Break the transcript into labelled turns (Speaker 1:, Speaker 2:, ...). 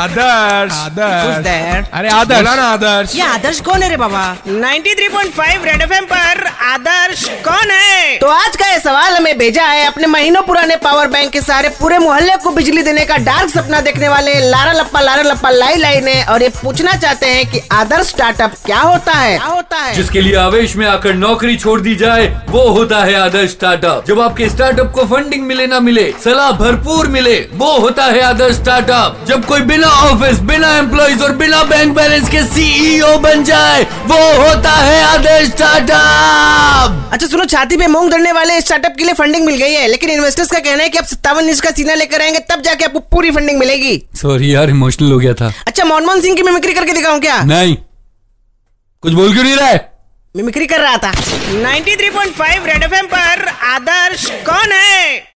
Speaker 1: Adarsh
Speaker 2: Who's there?
Speaker 1: अरे आदर्श बोला ना आदर्श
Speaker 2: ये आदर्श कौन है रे बाबा
Speaker 3: 93.5 रेड एफएम पर आदर्श कौन है
Speaker 2: तो आज का ये सवाल हमें भेजा है अपने महीनों पुराने पावर बैंक के सहारे पूरे मोहल्ले को बिजली देने का डार्क सपना देखने वाले लारा लप्पा लारा लप्पा लाई लाई ने और ये पूछना चाहते हैं कि आदर्श स्टार्टअप क्या होता है क्या होता है
Speaker 4: जिसके लिए आवेश में आकर नौकरी छोड़ दी जाए वो होता है आदर्श स्टार्टअप जब आपके स्टार्टअप को फंडिंग मिले ना मिले सलाह भरपूर मिले वो होता है आदर्श स्टार्टअप जब कोई बिना ऑफिस बिना एम्प्लॉइज और बिना बैंक बैलेंस के सीईओ बन जाए वो होता है आदर्श स्टार्टअप
Speaker 2: अच्छा सुनो छाती पे मूंग धरने वाले स्टार्टअप के लिए फंडिंग मिल गई है लेकिन इन्वेस्टर्स का कहना है कि आप सत्तावन इंच का सीना लेकर आएंगे तब जाके आपको पूरी फंडिंग मिलेगी
Speaker 4: सॉरी यार इमोशनल हो गया था
Speaker 2: अच्छा मनमोहन सिंह की मिमिक्री करके दिखाऊं क्या
Speaker 4: नहीं कुछ बोल क्यों नहीं रहा है
Speaker 2: मिमिक्री कर रहा था
Speaker 3: 93.5 रेड एफएम पर आदर्श कौन है